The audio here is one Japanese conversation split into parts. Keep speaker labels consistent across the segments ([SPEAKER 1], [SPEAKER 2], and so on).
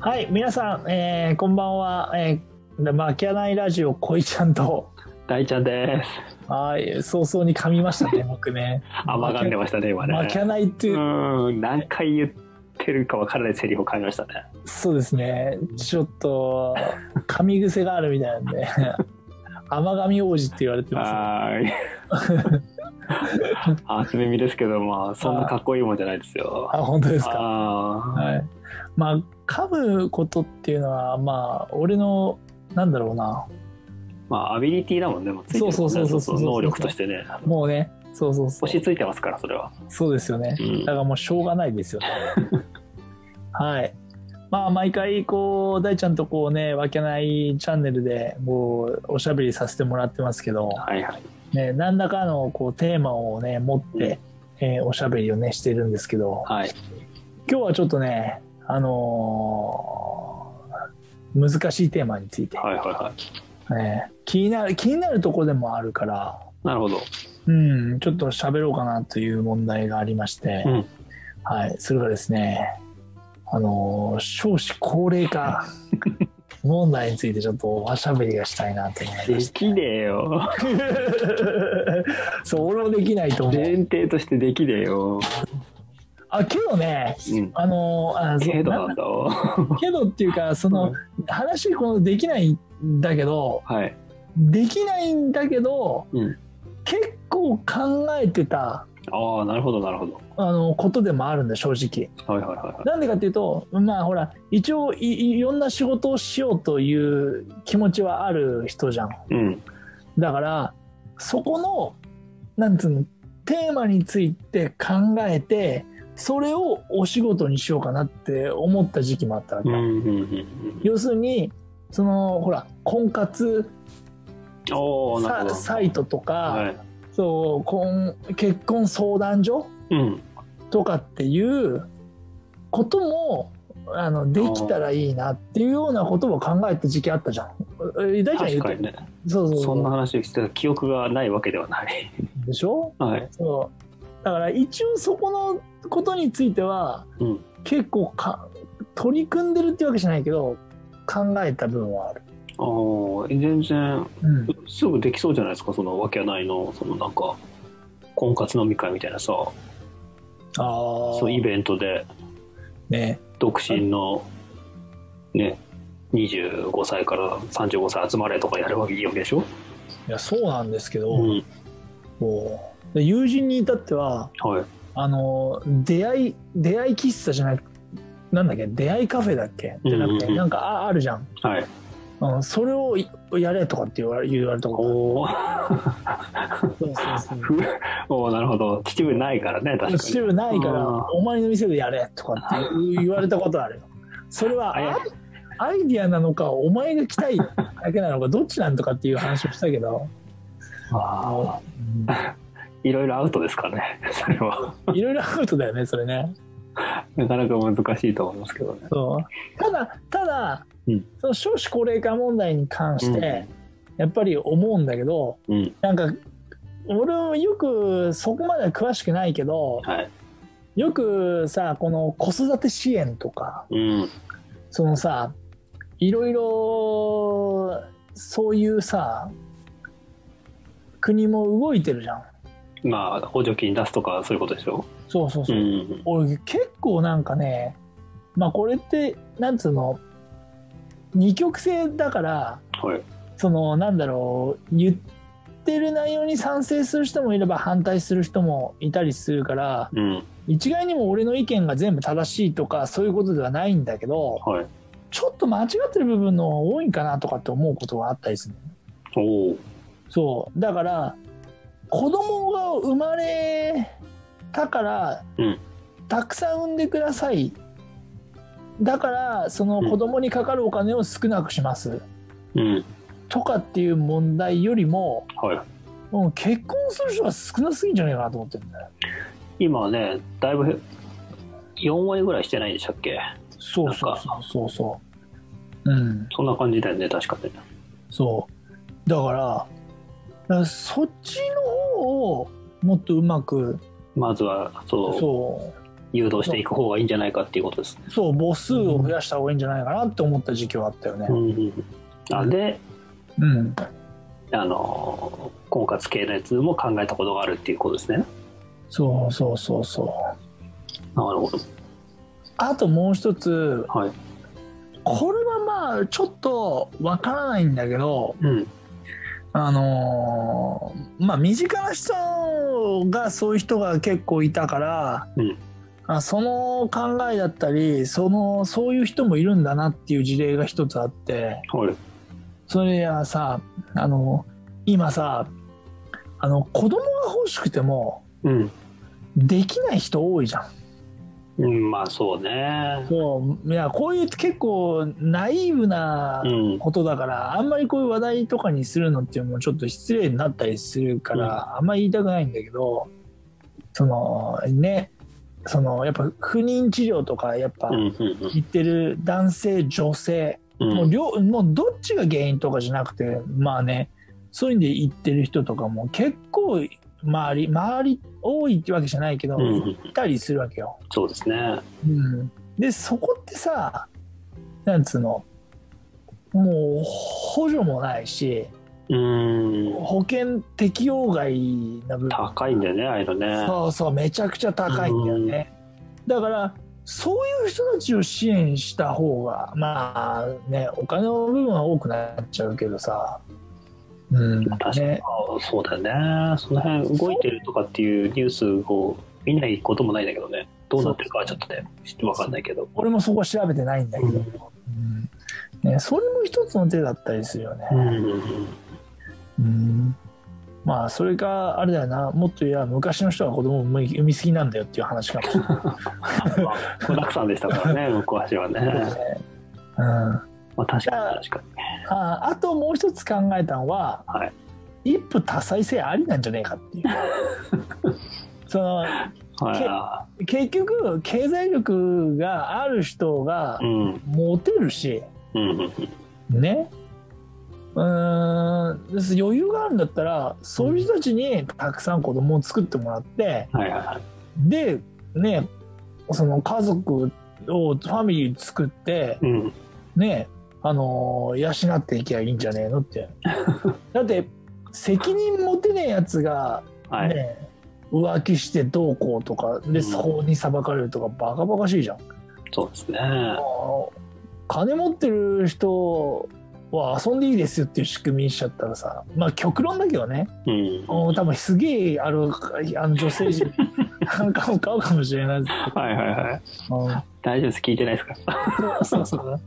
[SPEAKER 1] はい、皆さん、えーこんばんは。えー、負けないラジオ、こいちゃんと、
[SPEAKER 2] 大ちゃんです。
[SPEAKER 1] はい、早々に噛みましたね、僕ね。
[SPEAKER 2] あ、まがんでましたね、今ね。
[SPEAKER 1] 負けないって、
[SPEAKER 2] うーん、何回言ってるかわからないセリフを考えましたね。
[SPEAKER 1] そうですね、ちょっと、噛み癖があるみたいなんで、甘神王子って言われてます、
[SPEAKER 2] はーい。 初耳ですけど、まあ、そんなかっこいいもんじゃないですよ。
[SPEAKER 1] あ、本当ですか。
[SPEAKER 2] あ
[SPEAKER 1] はい。まあ、噛むことっていうのは、まあ、俺の、なんだろうな、
[SPEAKER 2] ーまあ、アビリティだもんね。もうついてるもんね
[SPEAKER 1] そうそうそうそうそうそう
[SPEAKER 2] 能力としてね。
[SPEAKER 1] もうね、そうそうそう
[SPEAKER 2] 押。し付いてますから、それは。
[SPEAKER 1] そうですよね。
[SPEAKER 2] うん
[SPEAKER 1] だからもうしょうがないですよね。はい。まあ毎回こう大ちゃんとこうねわけないチャンネルでもうおしゃべりさせてもらってますけど、
[SPEAKER 2] はいはい。
[SPEAKER 1] ね、何らかのこうテーマをね持って、えーおしゃべりをねしてるんですけど
[SPEAKER 2] はい。
[SPEAKER 1] 今日はちょっとねあのー難しいテーマについて、
[SPEAKER 2] はいはいはい。
[SPEAKER 1] ね、気になる気になるとこでもあるから
[SPEAKER 2] なるほど。
[SPEAKER 1] うん、ちょっと喋ろうかなという問題がありまして、
[SPEAKER 2] うん
[SPEAKER 1] はい、それがですね、あのー、少子高齢 化問題についてちょっとおしゃべりがしたいなと思い
[SPEAKER 2] で
[SPEAKER 1] まし
[SPEAKER 2] きねえ よ。
[SPEAKER 1] た。そう、俺もできないと思う。
[SPEAKER 2] 前提としてできねえよ。
[SPEAKER 1] あ、けどね、
[SPEAKER 2] うん。
[SPEAKER 1] あのー、あそう
[SPEAKER 2] けど
[SPEAKER 1] な
[SPEAKER 2] なんん
[SPEAKER 1] だ
[SPEAKER 2] だわ。
[SPEAKER 1] けどっていうか、その、話このできないんだけど、
[SPEAKER 2] はい。
[SPEAKER 1] できないんだけど、
[SPEAKER 2] うん
[SPEAKER 1] 結構考えてた、
[SPEAKER 2] ああ、なるほどなるほど。
[SPEAKER 1] あの、ことでもあるんだ、正直。
[SPEAKER 2] はいはいはいはい。
[SPEAKER 1] なんでかっていうと、まあほら、一応いいろんな仕事をしようという気持ちはある人じゃん。
[SPEAKER 2] うん。
[SPEAKER 1] だから、そこの、なんつうの、テーマについて考えて、それをお仕事にしようかなって思った時期もあったわけ
[SPEAKER 2] うん
[SPEAKER 1] だ。
[SPEAKER 2] うんうん
[SPEAKER 1] 要するに、そのほら、婚活
[SPEAKER 2] うん。おお、なるほ
[SPEAKER 1] サ
[SPEAKER 2] ど。
[SPEAKER 1] サイトとか、
[SPEAKER 2] はい。
[SPEAKER 1] そう婚結婚相談所
[SPEAKER 2] うん。
[SPEAKER 1] とかっていうこともあのできたらいいなっていうようなことを考えた時期あったじゃん。え大ちゃん言
[SPEAKER 2] 確
[SPEAKER 1] うと
[SPEAKER 2] かにね。
[SPEAKER 1] そうそうそう
[SPEAKER 2] そんな話をしてた記憶がないわけではない。
[SPEAKER 1] でしょ
[SPEAKER 2] はい。
[SPEAKER 1] そうだから一応そこのことについては
[SPEAKER 2] うん。
[SPEAKER 1] 結構か取り組んでるってわけじゃないけど考えた部分はある。
[SPEAKER 2] ああ、全然
[SPEAKER 1] うん、
[SPEAKER 2] すぐできそうじゃないですか。そのわけないの、そのなんか。婚活飲み会みたいなさ、
[SPEAKER 1] あ
[SPEAKER 2] そうイベントで
[SPEAKER 1] ね
[SPEAKER 2] 独身の。ね。25歳から35歳集まれとかやるわけいいわけでしょ、
[SPEAKER 1] いやそうなんですけど、
[SPEAKER 2] うん、
[SPEAKER 1] こうで友人に至っては
[SPEAKER 2] はい
[SPEAKER 1] あの出会い出会い喫茶じゃなくなんだっけ出会いカフェだっけじゃなくて、
[SPEAKER 2] うんうんうん
[SPEAKER 1] なんかああるじゃん
[SPEAKER 2] はい
[SPEAKER 1] うん、それをいやれとかって言われ言われたこと
[SPEAKER 2] おー
[SPEAKER 1] あるそうそうそう
[SPEAKER 2] ふおーなるほど秩父ないからね確かに
[SPEAKER 1] 秩父ないから
[SPEAKER 2] うん
[SPEAKER 1] お前の店でやれとかって言われたことあるよそれは
[SPEAKER 2] あいや
[SPEAKER 1] アイアイディアなのかお前が来たいだけなのかどっちなんとかっていう話をしたけど、
[SPEAKER 2] あーいろいろアウトですからね それは
[SPEAKER 1] うんいろいろアウトだよねそれね
[SPEAKER 2] なかなか難しいと思いますけどね
[SPEAKER 1] そうただただ、
[SPEAKER 2] うん
[SPEAKER 1] その少子高齢化問題に関して、やっぱり思うんだけど
[SPEAKER 2] うん
[SPEAKER 1] なんか俺はよくそこまでは詳しくないけど
[SPEAKER 2] はい
[SPEAKER 1] よくさこの子育て支援とか
[SPEAKER 2] うん
[SPEAKER 1] そのさいろいろそういうさ国も動いてるじゃん
[SPEAKER 2] まあ補助金出すとかそういうことでしょ
[SPEAKER 1] そうそう
[SPEAKER 2] う
[SPEAKER 1] そう、
[SPEAKER 2] ん
[SPEAKER 1] 俺結構なんかねまあこれってなんつうの二極性だから
[SPEAKER 2] はい
[SPEAKER 1] そのなんだろう言ってる内容に賛成する人もいれば反対する人もいたりするから
[SPEAKER 2] うん
[SPEAKER 1] 一概にも俺の意見が全部正しいとかそういうことではないんだけど、
[SPEAKER 2] はい
[SPEAKER 1] ちょっと間違ってる部分の方が多いんかなとかって思うことがあったりするの
[SPEAKER 2] おお
[SPEAKER 1] そうだから子供が生まれたから、
[SPEAKER 2] うん
[SPEAKER 1] たくさん産んでくださいだからその子供にかかるお金を少なくします、
[SPEAKER 2] うん
[SPEAKER 1] とかっていう問題よりも
[SPEAKER 2] はい
[SPEAKER 1] もう結婚する人が少なすぎんじゃないかなと思ってるんだよ
[SPEAKER 2] 今ねだいぶ4割ぐらいしてないんでしたっけ
[SPEAKER 1] そうそうそうそうそううん
[SPEAKER 2] そんな感じだよね確かに
[SPEAKER 1] そうだからだからそっちの方をもっとうまく
[SPEAKER 2] まずはそう
[SPEAKER 1] そ
[SPEAKER 2] 誘導していく方がいいんじゃないかっていうことです。
[SPEAKER 1] そう母数を増やした方がいいんじゃないかなって思った時期はあったよね
[SPEAKER 2] うんうんあで、
[SPEAKER 1] うん
[SPEAKER 2] あのー婚活系のやつも考えたことがあるっていうことですね。
[SPEAKER 1] そうそうそうそう
[SPEAKER 2] なるほど。
[SPEAKER 1] あともう一つ
[SPEAKER 2] はい。
[SPEAKER 1] これはまあちょっとわからないんだけど
[SPEAKER 2] うん。
[SPEAKER 1] あのーまあ身近な人がそういう人が結構いたから、
[SPEAKER 2] うん
[SPEAKER 1] あその考えだったりそのそういう人もいるんだなっていう事例が一つあって
[SPEAKER 2] はい。
[SPEAKER 1] それはさあの今さあの子供が欲しくても
[SPEAKER 2] うん。
[SPEAKER 1] できない人多いじゃん。
[SPEAKER 2] うん、まあそうね。
[SPEAKER 1] そういやこういう結構ナイーブな
[SPEAKER 2] うん。
[SPEAKER 1] ことだからあんまりこういう話題とかにするのっていうのもちょっと失礼になったりするから、あんまり言いたくないんだけどそのねそのやっぱ不妊治療とかやっぱ
[SPEAKER 2] うんうん
[SPEAKER 1] 言ってる男性女性、
[SPEAKER 2] うん。
[SPEAKER 1] も
[SPEAKER 2] う
[SPEAKER 1] うん両もうどっちが原因とかじゃなくてまあねそういうんで言ってる人とかも結構周り周り多いってわけじゃないけど、
[SPEAKER 2] うんう
[SPEAKER 1] い
[SPEAKER 2] ん、
[SPEAKER 1] たりするわけよ。
[SPEAKER 2] そうですね。
[SPEAKER 1] うん、でそこってさなんつうのもう補助もないし
[SPEAKER 2] うん。
[SPEAKER 1] 保険適用外な部分
[SPEAKER 2] 高いんだよね、ああいうのね。
[SPEAKER 1] そうそうめちゃくちゃ高いんだよね、だからそういう人たちを支援した方がまあねお金の部分は多くなっちゃうけどさうん
[SPEAKER 2] 確かに、
[SPEAKER 1] ね
[SPEAKER 2] ああそうだよね。その辺動いてるとかっていうニュースを見ないこともないんだけどね。どうなってるかはちょっとね、ちょっとわかんないけど。
[SPEAKER 1] 俺もそこ調べてないんだけ
[SPEAKER 2] う
[SPEAKER 1] ど、
[SPEAKER 2] ん
[SPEAKER 1] うんね、それも一つの手だったりするよね、
[SPEAKER 2] うんうん
[SPEAKER 1] うんまあそれかあれだよなもっと言えば昔の人は子供を産み産みすぎなんだよっていう話かもし れない
[SPEAKER 2] まあ、子だくさんでしたからね、向橋はね。
[SPEAKER 1] うん、あ
[SPEAKER 2] まあ、確かに確か
[SPEAKER 1] あともう一つ考えたのは、
[SPEAKER 2] はい
[SPEAKER 1] 一夫多妻制ありなんじゃねえか っていうその
[SPEAKER 2] に。はいあ
[SPEAKER 1] 結局経済力がある人が
[SPEAKER 2] あ。うん。
[SPEAKER 1] モテるし
[SPEAKER 2] うんうん
[SPEAKER 1] ねうーんです余裕があるんだったらそういう人たちにたくさん子供を作ってもらって、
[SPEAKER 2] はいはいはい。
[SPEAKER 1] でねその家族をファミリー作って
[SPEAKER 2] うん。
[SPEAKER 1] ねあのー養っていけばいいんじゃねえのって だって責任持てねえやつがね、
[SPEAKER 2] はい。
[SPEAKER 1] 浮気してどうこうとか
[SPEAKER 2] う
[SPEAKER 1] で
[SPEAKER 2] ん
[SPEAKER 1] 法に裁かれるとかバカバカしいじゃん、
[SPEAKER 2] そうですね。
[SPEAKER 1] あの金持ってる人は遊んでいいですよっていう仕組みにしちゃったらさまあ極論だけどね
[SPEAKER 2] うん。
[SPEAKER 1] もう多分すげえあのあの女性 陣なんかも買うかもしれないです
[SPEAKER 2] はいはいはい。
[SPEAKER 1] けど、うん
[SPEAKER 2] 大丈夫です。聞いてないですか。
[SPEAKER 1] そうそうそう。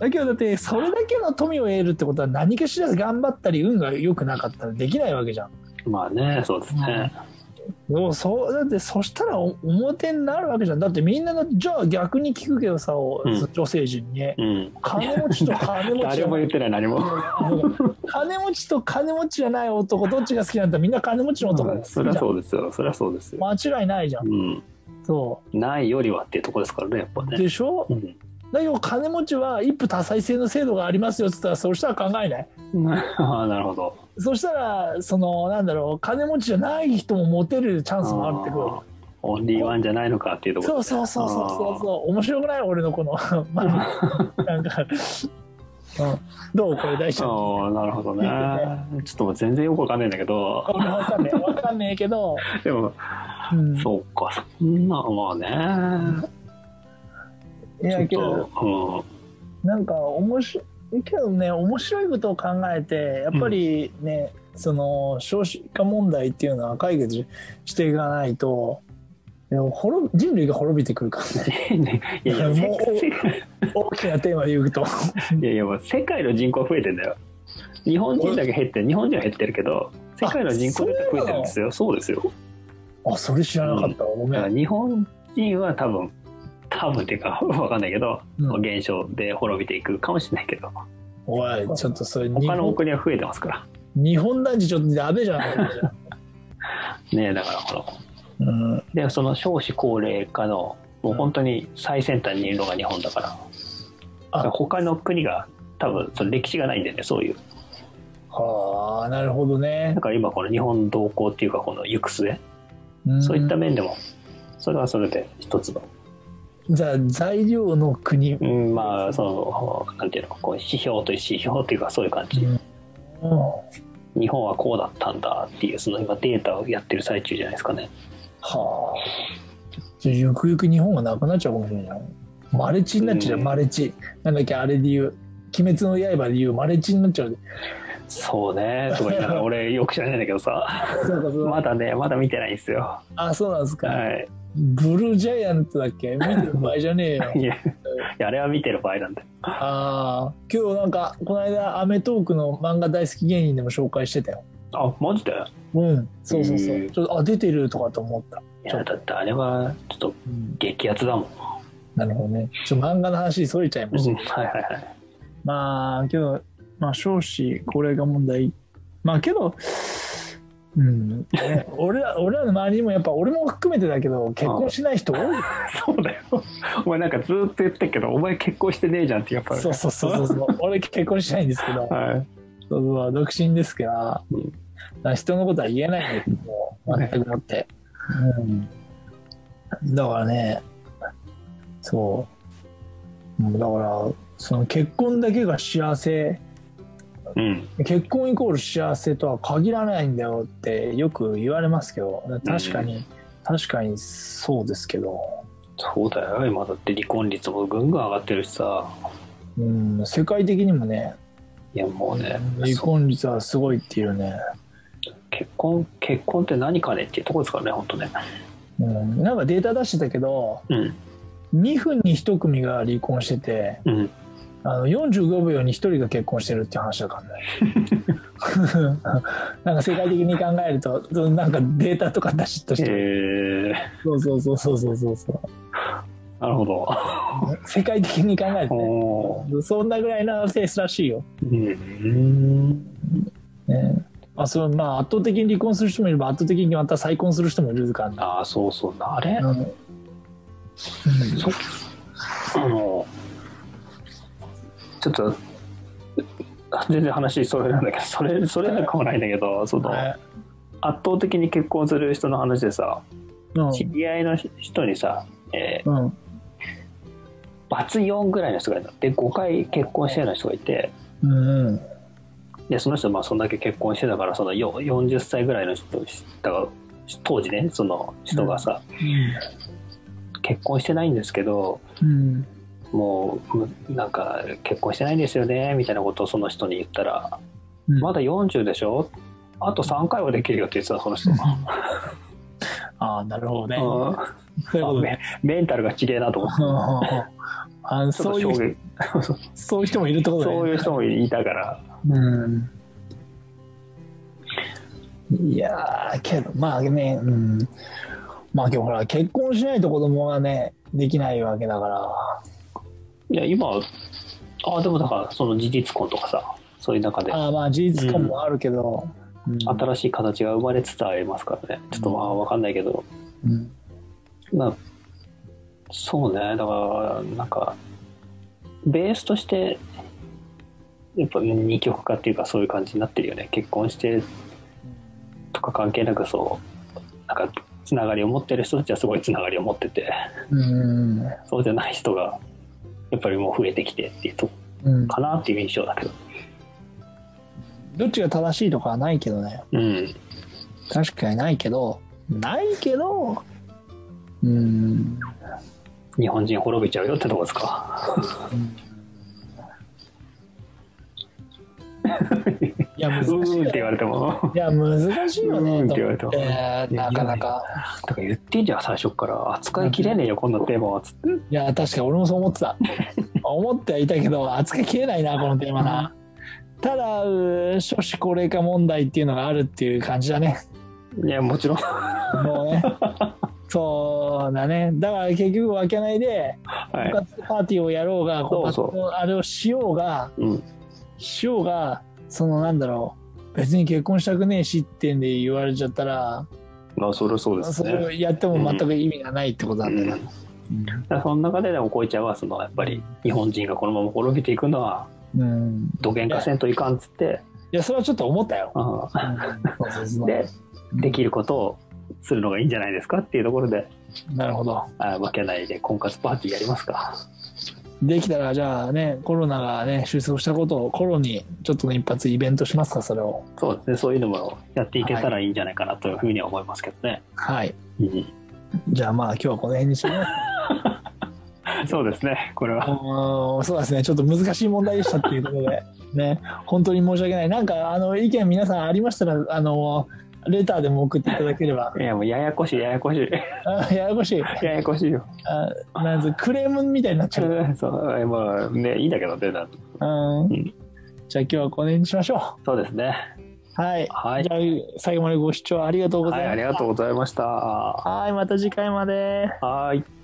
[SPEAKER 1] だけどだってそれだけの富を得るってことは何かしら頑張ったり運が良くなかったらできないわけじゃん。
[SPEAKER 2] まあね、そうですね。
[SPEAKER 1] でもそうだってそしたらお表になるわけじゃん。だってみんながじゃあ逆に聞くけどさ、
[SPEAKER 2] ん
[SPEAKER 1] 女性陣にね
[SPEAKER 2] うん。
[SPEAKER 1] 金持ちと金持ちじ
[SPEAKER 2] 誰
[SPEAKER 1] ゃ
[SPEAKER 2] も
[SPEAKER 1] な
[SPEAKER 2] 言っ
[SPEAKER 1] い
[SPEAKER 2] てない、何も。
[SPEAKER 1] 金持ちと金持ちじゃない男どっちが好きなんだみんな金持ちの男が好きじ
[SPEAKER 2] そ
[SPEAKER 1] ゃ
[SPEAKER 2] りゃ
[SPEAKER 1] ん。
[SPEAKER 2] そうですよ。そりゃそうですよ。
[SPEAKER 1] 間違いないじゃん。
[SPEAKER 2] うん。
[SPEAKER 1] そ
[SPEAKER 2] ないよりはっていうとこですからね、やっぱ
[SPEAKER 1] う
[SPEAKER 2] ね。
[SPEAKER 1] でしょ
[SPEAKER 2] うん。
[SPEAKER 1] だけど金持ちは一夫多妻制の制度がありますよっつったらそうしたら考えない。
[SPEAKER 2] ああ、なるほど。
[SPEAKER 1] そしたらそのなんだろう金持ちじゃない人もモテるチャンスもあるってく
[SPEAKER 2] あーオンリーワンじゃないのかっていうと
[SPEAKER 1] る
[SPEAKER 2] ころ
[SPEAKER 1] そうそうそうそうそうそう面白くない俺のこのまあなんか、うん、どうこれ大丈夫
[SPEAKER 2] ああなるほどね ちょっともう全然よくわかんないんだけど
[SPEAKER 1] 俺 わかんねえわかんねえけど、
[SPEAKER 2] でも
[SPEAKER 1] うん、
[SPEAKER 2] そうかそんなまあね
[SPEAKER 1] いやけ
[SPEAKER 2] ち
[SPEAKER 1] ど
[SPEAKER 2] ょっと
[SPEAKER 1] なんか面白いけどね面白いことを考えてやっぱりね、その少子化問題っていうのは解決ししていかないとでも滅び人類が滅びてくるからね
[SPEAKER 2] うん いやいや
[SPEAKER 1] いやもう
[SPEAKER 2] せ
[SPEAKER 1] 大きなテーマで言うと。
[SPEAKER 2] いやいやもう世界の人口は増えてんだよ日本人だけ減って日本人は減ってるけど世界の人口だけ増えてるんですよそうですよ
[SPEAKER 1] あそれ知らなかったわ、ごめ
[SPEAKER 2] だから
[SPEAKER 1] ん、
[SPEAKER 2] 日本人は多分多分っていうかわかんないけど、
[SPEAKER 1] うん
[SPEAKER 2] まあ減少で滅びていくかもしれないけど
[SPEAKER 1] おいちょっとそれ日
[SPEAKER 2] 他の
[SPEAKER 1] 本
[SPEAKER 2] 国は増えてますから
[SPEAKER 1] 日本男児ちょっとダメじゃない
[SPEAKER 2] ねだからこの
[SPEAKER 1] うん、
[SPEAKER 2] でその少子高齢化のもう本当に最先端にいるのが日本だから,、
[SPEAKER 1] あ
[SPEAKER 2] 他の国が多分その歴史がないんだよねそういう
[SPEAKER 1] はあなるほどね
[SPEAKER 2] だから今この日本同行っていうかこの行く末、
[SPEAKER 1] ん
[SPEAKER 2] そういった面でもそれはそれで一つの、
[SPEAKER 1] じゃあ材料の国
[SPEAKER 2] うん、まあそのなんていうのこう指標という指標というかそういう感じ、
[SPEAKER 1] うん
[SPEAKER 2] 日本はこうだったんだっていうその今データをやってる最中じゃないですかね
[SPEAKER 1] はあ。じゃあゆくゆく日本がなくなっちゃうかもしれない。マレチになっちゃう、
[SPEAKER 2] うん
[SPEAKER 1] マレチ。なんだっけ、あれで言う。鬼滅の刃で言うマレチになっちゃう。
[SPEAKER 2] そうねとか言いな がら俺よく知らないんだけどさ
[SPEAKER 1] そうか そうか
[SPEAKER 2] まだねまだ見てないんですよ
[SPEAKER 1] あ、そうなんですか。
[SPEAKER 2] はい。
[SPEAKER 1] ブルージャイアントだっけ見てる場合じゃねえよ
[SPEAKER 2] いやいやあれは見てる場合なんで
[SPEAKER 1] ああ。今日なんか、この間、アメトークの漫画大好き芸人でも紹介してたよ。
[SPEAKER 2] あマジで
[SPEAKER 1] うん。そうそうそ
[SPEAKER 2] へ
[SPEAKER 1] う。
[SPEAKER 2] え
[SPEAKER 1] ちょっと、あ、出てるとかと思った。
[SPEAKER 2] いやだってあれはちょっと
[SPEAKER 1] うん
[SPEAKER 2] 激アツだもん、
[SPEAKER 1] なるほどね。ちょっと漫画の話、それちゃいました。
[SPEAKER 2] はいはいはい
[SPEAKER 1] まあけど、まあ、少子高齢化問題まあけど、うんね、俺ら俺らの周りにもやっぱ俺も含めてだけど結婚しない人多い
[SPEAKER 2] そうだよお前なんかずーっと言ってるけどお前結婚してねえじゃんってやっぱり
[SPEAKER 1] そうそうそうそうそう俺結婚しないんですけど
[SPEAKER 2] はい
[SPEAKER 1] そうそう独身ですから,、
[SPEAKER 2] うん
[SPEAKER 1] 人のことは言えないんですけど全くもって、うん、だからねそううんだからその結婚だけが幸せ
[SPEAKER 2] うん
[SPEAKER 1] 結婚イコール幸せとは限らないんだよってよく言われますけど確かに、確かにそうですけど、
[SPEAKER 2] そうだよ今だって離婚率もぐんぐん上がってるしさ
[SPEAKER 1] うん、世界的にもね
[SPEAKER 2] いやもうね
[SPEAKER 1] 離婚率はすごいっていうね、
[SPEAKER 2] 結婚結婚って何かねっていうところですからね本当ね
[SPEAKER 1] うん、なんかデータ出してたけど
[SPEAKER 2] うん
[SPEAKER 1] 2分に1組が離婚してて
[SPEAKER 2] うん
[SPEAKER 1] あの45秒に1人が結婚してるっていう話だから ねなんか世界的に考えるとなんかデータとか出しっと
[SPEAKER 2] え
[SPEAKER 1] して、
[SPEAKER 2] ー、
[SPEAKER 1] そうそうそうそうそうそうそう
[SPEAKER 2] なるほ ど
[SPEAKER 1] 世界的に考えるとね
[SPEAKER 2] おー
[SPEAKER 1] そんなぐらいなペースらしいよ。
[SPEAKER 2] うん
[SPEAKER 1] ね、あそうまあ圧倒的に離婚する人もいれば圧倒的にまた再婚する人もいるからね。
[SPEAKER 2] ああそうそうあれ、
[SPEAKER 1] うん
[SPEAKER 2] そあのちょっと全然話それなんだけどそれそれなんかもないんだけどその圧
[SPEAKER 1] は
[SPEAKER 2] 倒的に結婚する人の話でさ
[SPEAKER 1] いうん
[SPEAKER 2] 知り合いの人にさ、えー
[SPEAKER 1] うん
[SPEAKER 2] バツ4ぐらいの人がいたで5回結婚してるような人がいて
[SPEAKER 1] うんうん
[SPEAKER 2] でその人まあそんだけ結婚してたからそのよ40歳ぐらいの人だから当時ねその人がさ、結婚してないんですけど
[SPEAKER 1] うん
[SPEAKER 2] もうむなんか結婚してないんですよねみたいなことをその人に言ったら
[SPEAKER 1] うん
[SPEAKER 2] まだ40でしょあと3回はできるよって言ってたその人
[SPEAKER 1] ああなるほどね。
[SPEAKER 2] が、
[SPEAKER 1] そういうこと
[SPEAKER 2] ね
[SPEAKER 1] ね。、
[SPEAKER 2] メンタルがちげえなと思って
[SPEAKER 1] うんうんうんあ
[SPEAKER 2] ちょっ
[SPEAKER 1] そ
[SPEAKER 2] と
[SPEAKER 1] うい
[SPEAKER 2] 衝
[SPEAKER 1] う
[SPEAKER 2] 撃
[SPEAKER 1] 人そういう人もいるってことだ
[SPEAKER 2] そ
[SPEAKER 1] よ
[SPEAKER 2] う
[SPEAKER 1] ね。
[SPEAKER 2] いう人もいたから
[SPEAKER 1] うんいやーけどまあね、うん、まあけどほら結婚しないと子供がねできないわけだから
[SPEAKER 2] いや今あでもだからその事実婚とかさそういう中で
[SPEAKER 1] ああまあ事実婚もあるけど、うん
[SPEAKER 2] 新しい形が生まれつつありますからねちょっとまあ分かんないけど
[SPEAKER 1] うん
[SPEAKER 2] まあそうねだからなんかベースとしてやっぱ二極化っていうかそういう感じになってるよね結婚してとか関係なくそうなんかつながりを持ってる人たちはすごいつながりを持ってて
[SPEAKER 1] うん
[SPEAKER 2] そうじゃない人がやっぱりもう増えてきてっていうとこ
[SPEAKER 1] うん
[SPEAKER 2] かなっていう印象だけど
[SPEAKER 1] どっちが正しいとかはないけどね
[SPEAKER 2] うん
[SPEAKER 1] 確かにないけどないけどうん
[SPEAKER 2] 日本人滅びちゃうよってとこですか
[SPEAKER 1] いや
[SPEAKER 2] う
[SPEAKER 1] 難しい
[SPEAKER 2] ーん
[SPEAKER 1] よ
[SPEAKER 2] って言われても
[SPEAKER 1] いや難しいよ
[SPEAKER 2] うーん
[SPEAKER 1] ね
[SPEAKER 2] って
[SPEAKER 1] と
[SPEAKER 2] 言わ
[SPEAKER 1] 思
[SPEAKER 2] れ
[SPEAKER 1] って
[SPEAKER 2] も
[SPEAKER 1] てなかなか。
[SPEAKER 2] だから言ってんじゃん最初っから扱いきれねえよこんなテーマはつって
[SPEAKER 1] いや確かに俺もそう思ってた思ってはいたけど扱いきれないなこのテーマなただうー少子高齢化問題っていうのがあるっていう感じだね
[SPEAKER 2] いやもちろ ん
[SPEAKER 1] も うねそうだねだから結局分けないで
[SPEAKER 2] はい
[SPEAKER 1] 婚活パーティーをやろうが婚活
[SPEAKER 2] そう
[SPEAKER 1] のあれをしようが
[SPEAKER 2] うん
[SPEAKER 1] しようがそのなんだろう別に結婚したくねえしってんで言われちゃったら
[SPEAKER 2] まあそれはそうです
[SPEAKER 1] そ
[SPEAKER 2] ね
[SPEAKER 1] れをやっても全く意味がないってことなんだよな、
[SPEAKER 2] だからその中ででもこいちゃんはそのやっぱり日本人がこのまま滅びていくのは
[SPEAKER 1] うん、
[SPEAKER 2] どげんかせんといかんっつって、
[SPEAKER 1] いやそれはちょっと思ったよ、
[SPEAKER 2] う
[SPEAKER 1] うんそうそうそ
[SPEAKER 2] ん
[SPEAKER 1] う
[SPEAKER 2] でできることをするのがいいんじゃないですかっていうところで
[SPEAKER 1] なるほど。
[SPEAKER 2] あわけないで婚活パーティーやりますか
[SPEAKER 1] できたら、じゃあね、コロナがね、収束したことを、コロにちょっとの一発イベントしますか、それを。
[SPEAKER 2] そうですねそういうのもやっていけたらいいんじゃないかなというふうには思いますけどね、
[SPEAKER 1] はい。
[SPEAKER 2] うん
[SPEAKER 1] じゃあまあ、今日はこの辺にしてね。
[SPEAKER 2] そうですねこれは。
[SPEAKER 1] うーんそうですね、ちょっと難しい問題でしたっていうことで、ね、本当に申し訳ない。なんか、あの、意見皆さんありましたら、あの、レターでも送っていただければ
[SPEAKER 2] いやもうややこしいややこしい
[SPEAKER 1] あややこしい。
[SPEAKER 2] ややこしいよ
[SPEAKER 1] あなんぞクレームみたいになっちゃう。
[SPEAKER 2] そうまあねいいんだけどねなん
[SPEAKER 1] うん
[SPEAKER 2] ん。
[SPEAKER 1] じゃあ今日はこの辺にしましょ
[SPEAKER 2] そうですね
[SPEAKER 1] う。はい。
[SPEAKER 2] はい
[SPEAKER 1] じゃあ、最後までご視聴ありがとうございまし
[SPEAKER 2] はい、
[SPEAKER 1] た。
[SPEAKER 2] ありがとうございました。は
[SPEAKER 1] はい、また次回まで。
[SPEAKER 2] い。